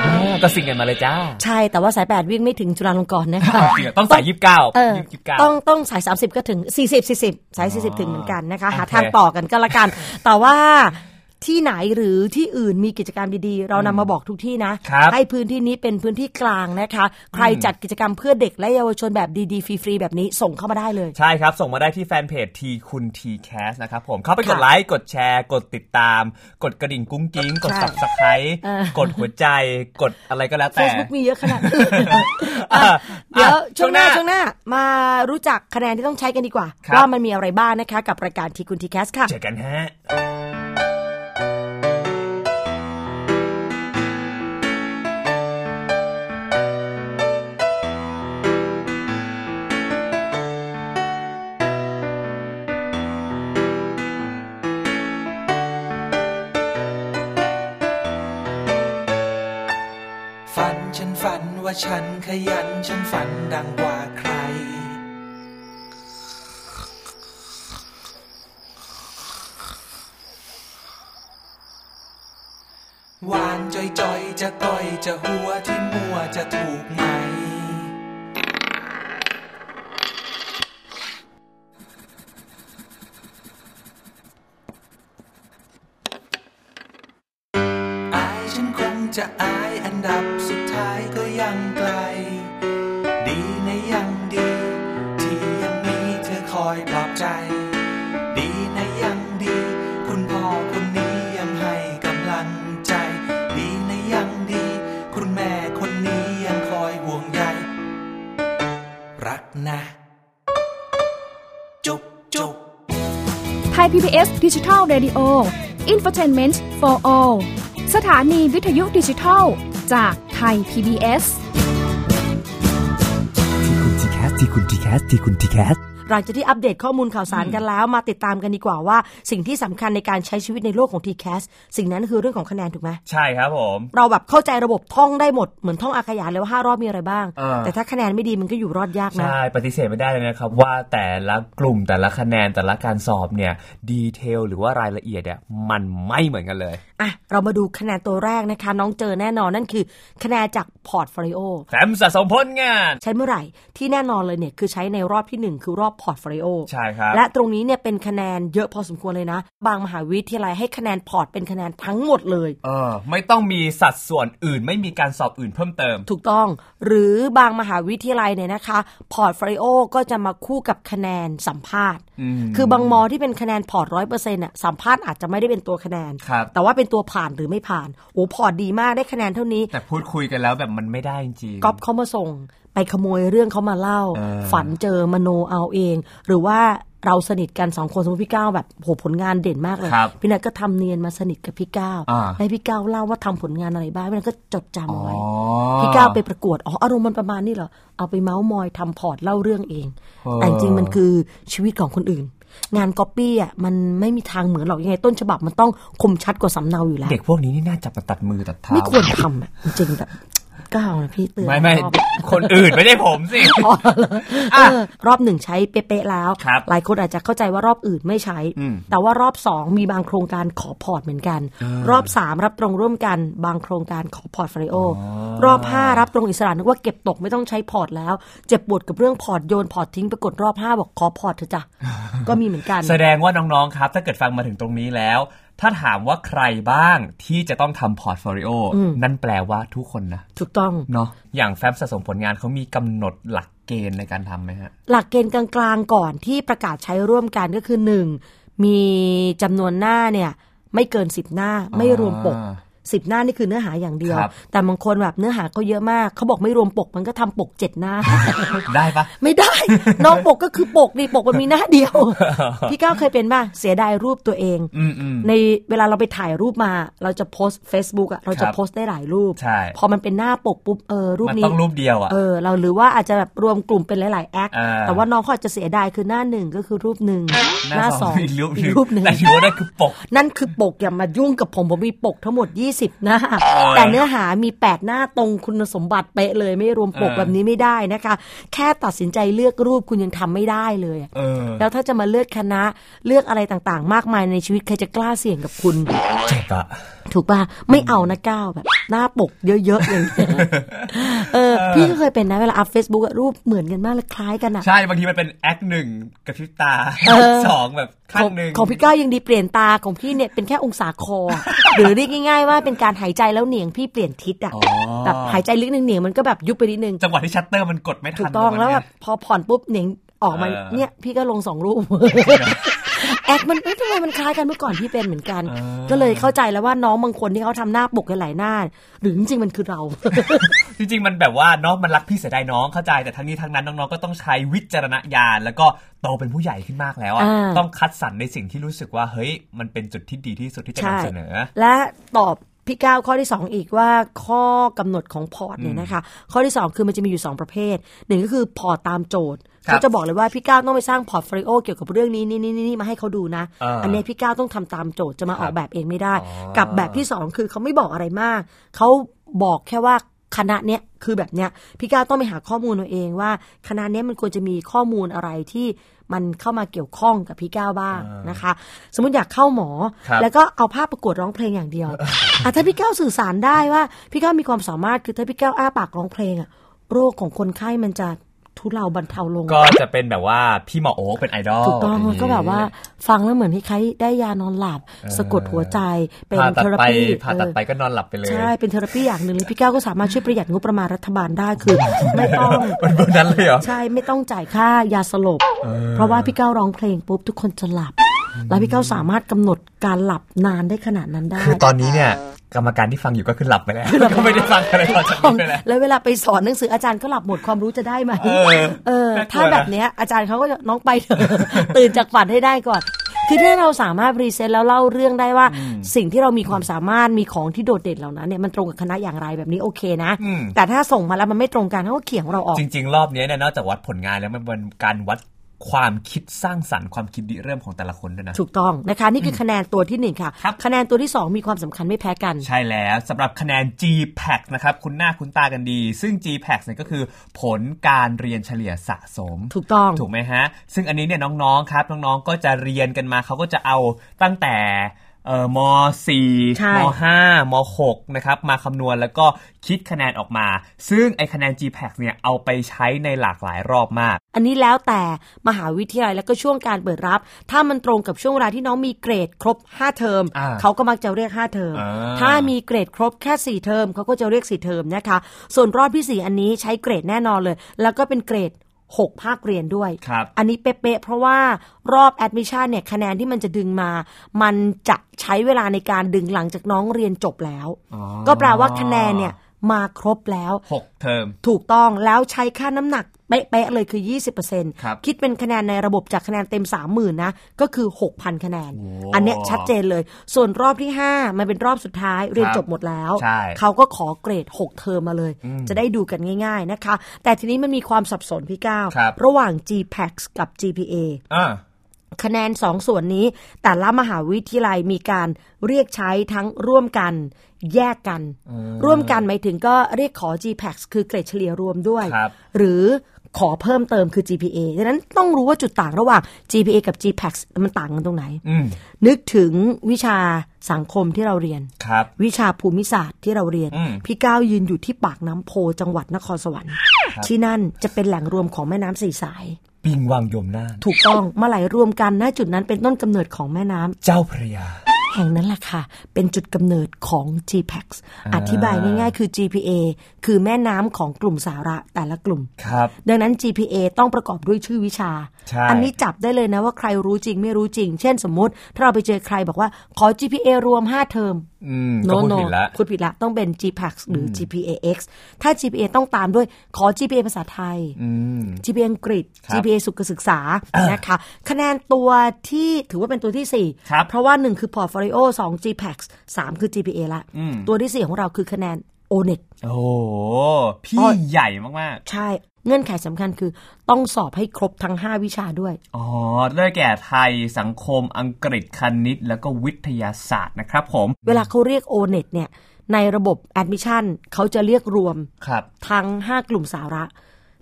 S3: อ่าก็สิ่งกันมาเลยจ้า
S2: ใช่แต่ว่าสาย 8 วิ่งไม่ถึงจุฬาลงกรณ์นะคะ
S3: ต้องสายยี่สิบเก้า
S2: เออ
S3: ยี่สิบเก้า
S2: ต้องต้องสาย 30 ก็ถึง 40 40 สาย 40 ถึงเหมือนกันนะคะ หา
S3: โอเค
S2: ทางต่อกันก็แล้ว กัน แต่ว่าที่ไหนหรือที่อื่นมีกิจกรรมดีๆ เรานำมาบอกทุกที่นะ
S3: ครับ
S2: ให้พื้นที่นี้เป็นพื้นที่กลางนะคะ ใครจัดกิจกรรมเพื่อเด็กและเยาวชนแบบดีๆ ฟรี ๆ แบบนี้ส่งเข้ามาได้เลย
S3: ใช่ครับ ส่งมาได้ที่แฟนเพจทีคุณ t c a s สนะครับผมเข้าไปกด
S2: ค่ะ
S3: ไลค์ กดแชร์ กดติดตาม กดกระดิ่งกุ้งกิ้ง กด
S2: ใช่
S3: subscribe
S2: เออ
S3: กดหัวใจ กดอะไรก็แล้วแต่
S2: Facebook มีเยอะขนาดนั้น
S3: อ่ะ
S2: อ่ะเดี๋ยว
S3: อ่ะ
S2: ช่วงหน้า
S3: ช่
S2: ช่วง
S3: ว
S2: ห
S3: งห
S2: น้า
S3: น้า
S2: มารู้จักคะแนนที่ต้องใช้กันดีกว่า
S3: ครับ
S2: ว่ามันมีอะไรบ้างนะคะ กับรายการทีคุณทีแคสค่ะ
S3: เจอกันฮะ
S4: ฝันฉันฝันว่าฉันขยันฉันฝันดังกว่าใคร หวานจอยจอยๆจะต่อยจะหัวที่มัวจะถูกไหม
S5: เ
S4: จะอายอันดับสุดท้ายก็ยังไกล ดีนะยังดี ที่ยังมีเธอคอยปลอบใจ ดีนะยังดี คุณพ่อคนนี้ยังให้กำลังใจ ดีนะยังดี คุณแม่คนนี้ยังคอยห่วงใยรักนะ จุ๊บจุ๊บ
S5: ไทย PBS ดิจิทัล Radio Infotainment for All สถานีวิทยุดิจิทัล จากไทย PBS
S6: ที่คุณทีแคสที่คุณทีแคสที่คุณทีแคส
S2: หลังจากที่อัปเดตข้อมูลข่าวสารกันแล้วมาติดตามกันดีกว่าว่า สิ่งที่สำคัญในการใช้ชีวิตในโลกของ t c a s สิ่งนั้นคือเรื่องของคะแนนถูกไหม
S3: ใช่ครับผม
S2: เราแบบเข้าใจระบบท่องได้หมดเหมือนท่องอาขยานเลยว่าห้ารอบมีอะไรบ้าง
S3: อ่า
S2: แต่ถ้าคะแนนไม่ดีมันก็อยู่รอดยากนะ
S3: ใช่ปฏิเสธไม่ได้เลยนะครับ ว่าแต่ละกลุ่มแต่ละคะแนนแต่ละการสอบเนี่ยดีเทลหรือว่ารายละเอียดเนี่ยมันไม่เหมือนกันเลย
S2: อ่ะ เรามาดูคะแนนตัวแรกนะคะ น้องเจอแน่นอนนั่นคือ คะแนนจากพอร์ตโฟลิโอ
S3: แฟ้มสะสมผลงาน
S2: ใช้เมื่อไหร่ที่แน่นอนเลยเนี่ย คือใช้ในรอบทีหนึ่1 คือรอบพอร์ตโฟลิโอ
S3: ใช่ครับ
S2: และตรงนี้เนี่ยเป็นคะแนนเยอะพอสมควรเลยนะ บางมหาวิทยาลัยให้คะแนนพอร์ตเป็นคะแนนทั้งหมดเลย
S3: เออไม่ต้องมีสัดส่วนอื่น ไม่มีการสอบอื่นเพิ่มเติม
S2: ถูกต้องหรือบางมหาวิทยาลัยเนี่ยนะคะ พอร์ตโฟลิโอก็จะมาคู่กับคะแนนสัมภาษณ์ คือบางมอที่เป็นคะแนนพอร์ตร้อยเปอร์เซ็นต์อ่ะสัมภาษณ์อาจจะไม่ได้เป็นตัวคะแนน
S3: ครับ
S2: แต่ว่าเป็นตัวผ่านหรือไม่ผ่านโอ้พอร์ตดีมากได้คะแนนเท่านี้
S3: แต่พูดคุยกันแล้วแบบมันไม่ได้จริง
S2: ก๊อปเขามาส่ง ไปขโมยเรื่องเขามาเล่า
S3: เออ
S2: ฝันเจอมโนเอาเอง หรือว่าเราสนิทกันสองคนสมมติพี่ก้าวแบบโหผลงานเด่นมากเลย
S3: ครับ
S2: พี่นัทก็ทำเนียนมาสนิทกับพี่ก้าว
S3: อ่า
S2: ให้พี่ก้าวเล่าว่าทำผลงานอะไรบ้างพี่นัทก็จดจำ
S3: อ๋
S2: เอา
S3: อ
S2: ไว้ พี่ก้าวไปประกวด อ๋อ อารมณ์มันประมาณนี้เหรอ เอาไปเมาส์มอยทำพอร์ตเล่าเรื่องเอง แต่จริงๆมันคือชีวิตของคนอื่น งานก๊อปปี้อ่ะมันไม่มีทางเหมือนหรอกยังไงต้นฉบับมันต้องคมชัดกว่าสำเนาอยู่แล้ว
S3: เด็กพวกนี้นี่น่าจับมาตัดมือตัดเท้า
S2: ไม่ควรทำอ่ะ จริงๆแบบก้าวนะพี่เตือน
S3: ไม่ไม่
S2: รอบ
S3: คนอื่นไม่ได้ผมสิ
S2: อ๋อเหรอเออรอบหนึ่งใช้เป๊ะๆแล้ว
S3: ครับ
S2: หลายคนอาจจะเข้าใจว่ารอบอื่นไม่ใช้ แต่ว่ารอบสองมีบางโครงการขอพอร์ตเหมือนกัน รอบสามรับตรงร่วมกัน บางโครงการขอพอร์ตฟรีโอ รอบห้ารับตรงอิสระนึกว่าเก็บตกไม่ต้องใช้พอร์ตแล้ว เจ็บปวดกับเรื่องพอร์ตโยนพอร์ตทิ้งปรากฏรอบห้าบอกขอพอร์ตเถอะ จ้ะ ก็มีเหมือนกัน
S3: แสดงว่าน้องๆครับ ถ้าเกิดฟังมาถึงตรงนี้แล้ว ถ้าถามว่าใครบ้างที่จะต้องทำพอร์ตโฟลิโอนั่นแปลว่าทุกคนนะ
S2: ถูกต้อง
S3: เนาะอย่างแฟ้มสะสมผลงานเขามีกำหนดหลักเกณฑ์ในการทำไหมฮะ
S2: หลักเกณฑ์กลางๆก่อนที่ประกาศใช้ร่วมกันก็คือ 1. มีจำนวนหน้าเนี่ย ไม่เกิน 10 หน้าไม่รวมปก 10 หน้านี่คือเนื้อหาอย่างเดียว
S3: ครับ
S2: แต่บางคนแบบเนื้อหาเขาเยอะมากเขาบอกไม่รวมปกมันก็ทำปก 7 หน้า
S3: ได้ปะ
S2: ไม่ได้ น้องปกก็คือปกดิปกมันมีหน้าเดียว พี่ก้าวเคยเป็นป่ะเสียดายรูปตัวเอง
S3: อืมอืม
S2: ในเวลาเราไปถ่ายรูปมา เราจะโพสต์ Facebook อ่ะเราจะ
S3: ครับ
S2: โพสต์ได้หลายรูป
S3: ใช่
S2: พอมันเป็นหน้าปกปุ๊บเออรูป
S3: มัน
S2: นี้
S3: ต้องรูปเดียวอ่ะ
S2: เออเราหรือว่าอาจจะแบบรวมกลุ่มเป็นหลายๆแอค
S3: อ่า
S2: แต่ว่าน้องเขาอาจจะเสียดายคือหน้าหนึ่งก็คือรูปหนึ่ง
S3: อีกรูป
S2: อีกรูปหนึ่ง
S3: แต่ถือว่านั่นคือปก
S2: นั่นคือปกอย่ามายุ่งกับผมผมมีปกทั้งหมด 20 หน้า แต่เนื้อหามี 8 หน้าตรงคุณสมบัติเป๊ะเลยไม่รวมปก
S3: เออ
S2: แบบนี้ไม่ได้นะคะ แค่ตัดสินใจเลือกรูปคุณยังทำไม่ได้เลยอะ
S3: เออ
S2: แล้วถ้าจะมาเลือกคณะเลือกอะไรต่างๆ มากมายในชีวิตใครจะกล้าเสี่ยงกับคุณ
S3: เจ็บอ่ะ
S2: ถูกป่ะไม่เอานะก้าวแบบ หน้าปกเยอะๆอย่างเงี้ย เออ พี่ก็เคยเป็นนะเวลาอัพเฟซบุ๊กรูปเหมือนกันมากเลยคล้ายกันอะ
S3: ใช่บางทีมันเป็นแอคหนึ่งกระพริบตาสองแบบข้า
S2: ของ
S3: งหนึ่ง
S2: ของพี่ก้าวยังดีเปลี่ยนตาของพี่เนี่ยเป็นแค่องศาคอ หรือเรียกง่ายๆว่าเป็นการหายใจแล้วเหนียงพี่เปลี่ยนทิศอะ
S3: อ๋อ
S2: แบบหายใจลึกนึงเหนียงมันก็แบบยุบไปนิดนึง
S3: จังหวะที่ชัตเตอร์มันกดไม่ทัน
S2: ถูกต้อง
S3: ประมาณ
S2: แล้วแบบ
S3: เนี้ย
S2: พอผ่อนปุ๊บเหนียงออกมา
S3: เออ
S2: เนี่ย พี่ก็ลงสองรูป แอคมันเอ้ยทำไมมันคล้ายกันเมื่อก่อนพี่เป็นเหมือนกัน ก็เลยเข้าใจแล้วว่าน้องบางคนที่เขาทำหน้าปกกันหลายหน้า หรือจริงๆมันคือเรา
S3: จริงๆ มันแบบว่าเน้องมันรักพี่เสียดายน้องเข้าใจแต่ทั้งนี้ทั้งนั้นน้องๆก็ต้องใช้วิจารณญาณแล้วก็โตเป็นผู้ใหญ่ขึ้นมากแล้วอะ
S2: อ่า
S3: ต้องคัดสรรในสิ่งที่รู้สึกว่าเฮ้ยมันเป็นจุดที่ดีที่สุดที่จะนำเสนอ
S2: และตอบพี่ก้าวข้อที่ 2 อีกว่าข้อกำหนดของพอร์ตเนี่ยนะคะ ข้อที่ 2 คือมันจะมีอยู่ 2 ประเภทหนึ่งก็คือพอร์ตตามโจทย์
S3: ครับ
S2: เขาจะบอกเลยว่าพี่ก้าวต้องไปสร้างพอร์ตโฟลิโอเกี่ยวกับเรื่องนี้นี่นี่นนี่มาให้เขาดูนะ
S3: อ่า
S2: นเนี้ยพี่ก้าวต้องทำตามโจทย์จะมาออกแบบเองไม่ได้ กับแบบที่ 2 คือเขาไม่บอกอะไรมากเขาบอกแค่ว่าคณะเนี้ยคือแบบเนี้ยพี่ก้าวต้องไปหาข้อมูลเอาเองว่าคณะเนี้ยมันควรจะมีข้อมูลอะไรที่มันเข้ามาเกี่ยวข้องกับพี่ก้าวบ้างนะคะ สมมติอยากเข้าหมอ
S3: ครับ
S2: แล้วก็เอาภาพประกวดร้องเพลงอย่าง เดียวอ่ะถ้าพี่ก้าวสื่อสารได้ว่า พี่ก้าวมีความสามารถคือถ้าพี่ก้าวอ้าปากร้องเพลงอะโรคของคนไข้มันจะ ทุเลาบรรเทาลง
S3: ก็จะเป็นแบบว่าพี่หมอโอ๊คเป็นไอดอล
S2: ถูกต้องมันก็แบบว่าฟังแล้วเหมือนที่ใครได้ยานอนหลับ สะกดหัวใจเป็น
S3: ผ่าตัด
S2: เทอรา
S3: ไป
S2: ปี
S3: ผ่าตัดไป
S2: เออ
S3: ก็นอนหลับไปเลย
S2: ใช่เป็นเทอราปีอย่างหนึ่งแล้วพี่ก้าวก็สามารถช่วยประหยัดงบประมาณรัฐบาลได้คือ ไม่ต้อง
S3: มันเบอร์นั้นเลยเหรอ
S2: ใช่ไม่ต้องจ่ายค่ายาสลบ เพราะว่าพี่ก้าวร้องเพลงปุ๊บทุกคนจะหลับ แล้วพี่ก้าวสามารถกำหนดการหลับนานได้ขนาดนั้นได้
S3: คือตอนนี้เนี่ย กรรมการที่ฟังอยู่ก็คือหลับไปแล้วก็ไม่ได้ฟังอะไรตอนจากนี้ไปแล้ว
S2: แล้วเวลาไปสอนหนังสืออาจารย์ก็หลับหมดความรู้จะได้ไหม
S3: เออ
S2: เออ
S3: น่ากลัวนะ
S2: ถ้าแบบเนี้ยอาจารย์เขาก็จะน้องไปเถอะ ตื่นจากฝันให้ได้ก่อน คือถ้าเราสามารถพรีเซนต์แล้วเล่าเรื่องได้ว่า สิ่งที่เรามีความสามารถมีของที่โดดเด่นเหล่านั้นเนี่ยมันตรงกับคณะอย่างไรแบบนี้โอเคนะ แต่ถ้าส่งมาแล้วมันไม่ตรงกันเขาก็เขี่ยของเราออก
S3: จริง ๆ รอบนี้เนี่ยนอกจากวัดผลงานแล้วมันเป็นการวัดความคิดสร้างสรรค์ความคิดดิเริ่มของแต่ละคนด้วยนะ
S2: ถูกต้องนะคะ นี่คือคะแนนตัวที่หนึ่งค่ะ
S3: ครับ
S2: คะแนนตัวที่สองมีความสำคัญไม่แพ้กัน
S3: ใช่แล้วสำหรับคะแนน g p a c นะครับคุณหน้าคุณตากันดี ซึ่ง g p a c เนี่ยก็คือผลการเรียนเฉลี่ยสะสม
S2: ถูกต้อง
S3: ถูกไหมฮะ ซึ่งอันนี้เนี่ยน้องๆ ครับ น้องๆ ก็จะเรียนกันมา เขาก็จะเอาตั้งแต่เอ่อม
S2: ใช่
S3: 4ม5ม6นะครับ มาคำนวณแล้วก็คิดคะแนนออกมา ซึ่งไอคะแนน GPAC เนี่ย เอาไปใช้ในหลากหลายรอบมาก
S2: อันนี้แล้วแต่มหาวิทยาลัยแล้วก็ช่วงการเปิดรับ ถ้ามันตรงกับช่วงเวลาที่น้องมีเกรดครบ 5 เทอม
S3: อ่า
S2: เขาก็มักจะเรียก 5 เทอม
S3: อ่า
S2: ถ้ามีเกรดครบแค่ 4 เทอม เขาก็จะเรียก 4 เทอมนะคะ ส่วนรอบทีสี่ 4 อันนี้ใช้เกรดแน่นอนเลย แล้วก็เป็นเกรด 6 ภาคเรียนด้วย
S3: ครับ
S2: อันนี้เป๊ะๆเพราะว่ารอบแอดมิช i ั n เนี่ยคะแนนที่มันจะดึงมา มันจะใช้เวลาในการดึงหลังจากน้องเรียนจบแล้ว ก็แปลว่าคะแนนเนี่ยมาครบแล้ว
S3: 6 เทอม
S2: ถูกต้องแล้วใช้ค่าน้ำหนักเป๊ะๆเลยคือ 20%
S3: ครับ
S2: คิดเป็นคะแนนในระบบจากคะแนนเต็ม 30,000 นะ ก็คือ 6,000 คะแนน อันเนี้ยชัดเจนเลย ส่วนรอบที่ 5 มันเป็นรอบสุดท้ายเรียนจบหมดแล้ว
S3: ใช่
S2: เขาก็ขอเกรด 6 เทอมมาเลย จะได้ดูกันง่ายๆนะคะ แต่ทีนี้มันมีความสับสนพี่ก้าว
S3: ครับ
S2: ระหว่าง GPAX กับ GPA
S3: อ่า
S2: คะแนนสองส่วนนี้ แต่ละมหาวิทยาลัยมีการเรียกใช้ทั้งร่วมกัน แยกกัน ร่วมกันหมายถึงก็เรียกขอ GPAX คือเกรดเฉลี่ยรวมด้วย
S3: ครับ
S2: หรือขอเพิ่มเติมคือ GPA ดังนั้นต้องรู้ว่าจุดต่างระหว่าง GPA กับ GPAX มันต่างกันตรงไหน
S3: อืม
S2: นึกถึงวิชาสังคมที่เราเรียน
S3: ครับ
S2: วิชาภูมิศาสตร์ที่เราเรียน
S3: อืม
S2: พี่ก้าวยืนอยู่ที่ปากน้ำโพจังหวัดนครสวรรค์
S3: ครับ
S2: ที่นั่นจะเป็นแหล่งรวมของแม่น้ำสี่สาย
S3: ปิงวังยมน่าน
S2: ถูกต้องมาไหลรวมกันณจุดนั้นเป็นต้นกำเนิดของแม่น้ำ
S3: เจ้าพระยา
S2: แห่งนั้นแหละค่ะ เป็นจุดกำเนิดของ GPAX อธิบายง่ายๆ คือ GPA คือแม่น้ำของกลุ่มสาระแต่ละกลุ่ม
S3: ครับ
S2: ดังนั้น GPA ต้องประกอบด้วยชื่อวิชา
S3: ใช่
S2: อันี้จับได้เลยนะว่าใครรู้จริงไม่รู้จริง เช่นสมมุติ ถ้าเราไปเจอใครบอกว่าขอ GPA รวม 5 เทอม
S3: อืม
S2: โน
S3: ก็พูด
S2: โน
S3: ผิดละ
S2: คุณผิดละต้องเป็น GPAX หรือ GPAX ถ้า GPA ต้องตามด้วยขอ GPA ภาษาไทย
S3: อืม
S2: GPA อังกฤษ
S3: ครับ
S2: GPA สุขศึกษานะคะ คะแนนตัวที่ถือว่าเป็นตัวที่
S3: ครับ
S2: 4 เพราะว่า 1 คือ Portfolio 2 GPAX 3 คือ GPA ละ ตัวที่ 4 ของเราคือคะแนน ONET
S3: โอ้โหพี่ใหญ่มาก
S2: ใช่ เงื่อนไขสำคัญคือต้องสอบให้ครบทั้ง 5 วิชาด้วย
S3: ๆ อ๋อได้แก่ไทยสังคมอังกฤษคณิต แล้วก็วิทยาศาสตร์นะครับผม
S2: เวลาเขาเรียก ONET เนี่ย ในระบบ Admission เขาจะเรียกรวม
S3: ครับ
S2: ทั้ง 5 กลุ่มสาระ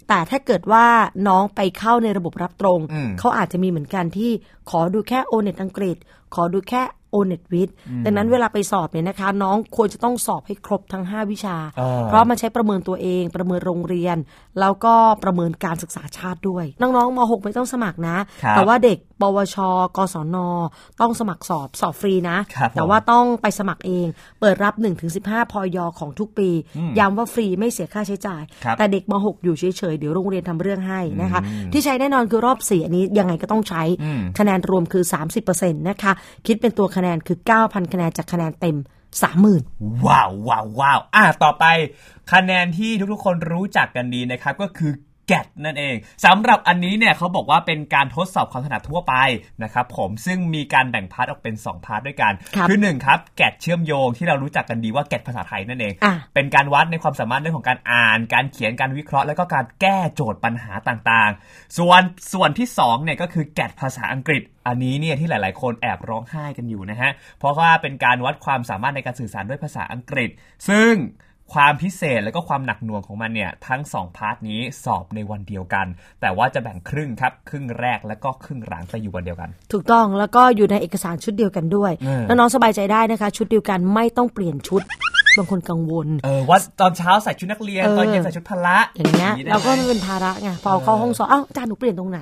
S2: แต่ถ้าเกิดว่าน้องไปเข้าในระบบรับตรง
S3: อืม
S2: เขาอาจจะมีเหมือนกันที่ขอดูแค่ o n e t อังกฤษ ขอดูแค่ o n e t วิทย์ดังนั้นเวลาไปสอบเนี่ยนะคะ น้องควรจะต้องสอบให้ครบทั้ง 5 วิชา
S3: อ่า
S2: เพราะมันใช้ประเมินตัวเองประเมินโรงเรียน แล้วก็ประเมินการศึกษาชาติด้วย น้องๆม .6 ไม่ต้องสมัครนะ
S3: ครับ
S2: แต่ว่าเด็ก ปวช กศน ต้องสมัครสอบสอบฟรีนะ
S3: ครับผม
S2: แต่ว่า ต้องไปสมัครเอง เปิดรับ 1-15 พอยอของทุกปี ย้ำว่าฟรีไม่เสียค่าใช้จ่าย
S3: ครับ
S2: แต่เด็กม .6 อยู่เฉย ๆ เดี๋ยวโรงเรียนทำเรื่องให้นะคะ ที่ใช้แน่นอนคือรอบ4อันนี้ยังไงก็ต้องใช้
S3: อืม
S2: คะแนนรวมคือ 30%นะคะ คิดเป็นตัวคะแนนคือ 9,000 คะแนนจากคะแนนเต็ม 30,000
S3: ว้าวว้าวว้าวอ่ะต่อไป คะแนนที่ทุกๆคนรู้จักกันดีนะครับ ก็คือแกดนั่นเองสำหรับอันนี้เนี่ยเขาบอกว่าเป็นการทดสอบความถนัดทั่วไปนะครับผมซึ่งมีการแบ่งพาร์ทออกเป็น 2 พาร์ทด้วยกัน
S2: ครับ
S3: อ1ครับแกดเชื่อมโยงที่เรารู้จักกันดีว่าแกดภาษาไทยนั่นเอง
S2: อ่ะ
S3: เป็นการวัดในความสามารถเรื่องของการอ่าน การเขียนการวิเคราะห์ แล้วก็การแก้โจทย์ปัญหาต่างๆ ส่วนส่วนที่2เนี่ยก็คือแกดภาษาอังกฤษ อันนี้เนี่ยที่หลาย ๆ คนแอบร้องไห้กันอยู่นะฮะ เพราะว่าเป็นการวัดความสามารถในการสื่อสารด้วยภาษาอังกฤษ ซึ่งความพิเศษและก็ความหนักหน่วงของมันเนี่ยทั้ง 2 พาร์ทนี้สอบในวันเดียวกัน แต่ว่าจะแบ่งครึ่งครับ ครึ่งแรกแล้วก็ครึ่งหลังจะอยู่วันเดียวกัน
S2: ถูกต้องแล้วก็อยู่ในเอกสารชุดเดียวกันด้วย
S3: อืม
S2: น้องๆสบายใจได้นะคะ ชุดเดียวกันไม่ต้องเปลี่ยนชุด บางคนกังวล
S3: เออว่าตอนเช้าใส่ชุดนักเรียน
S2: เออ
S3: ตอนเย็นใส่ชุดพละ
S2: อย่างเงี้ย
S3: ได้ไหม
S2: เราก็มันเป็นภาระไงพอเข้าห้องสอบอ้าวอาจารย์หนูเปลี่ยนตรงไหน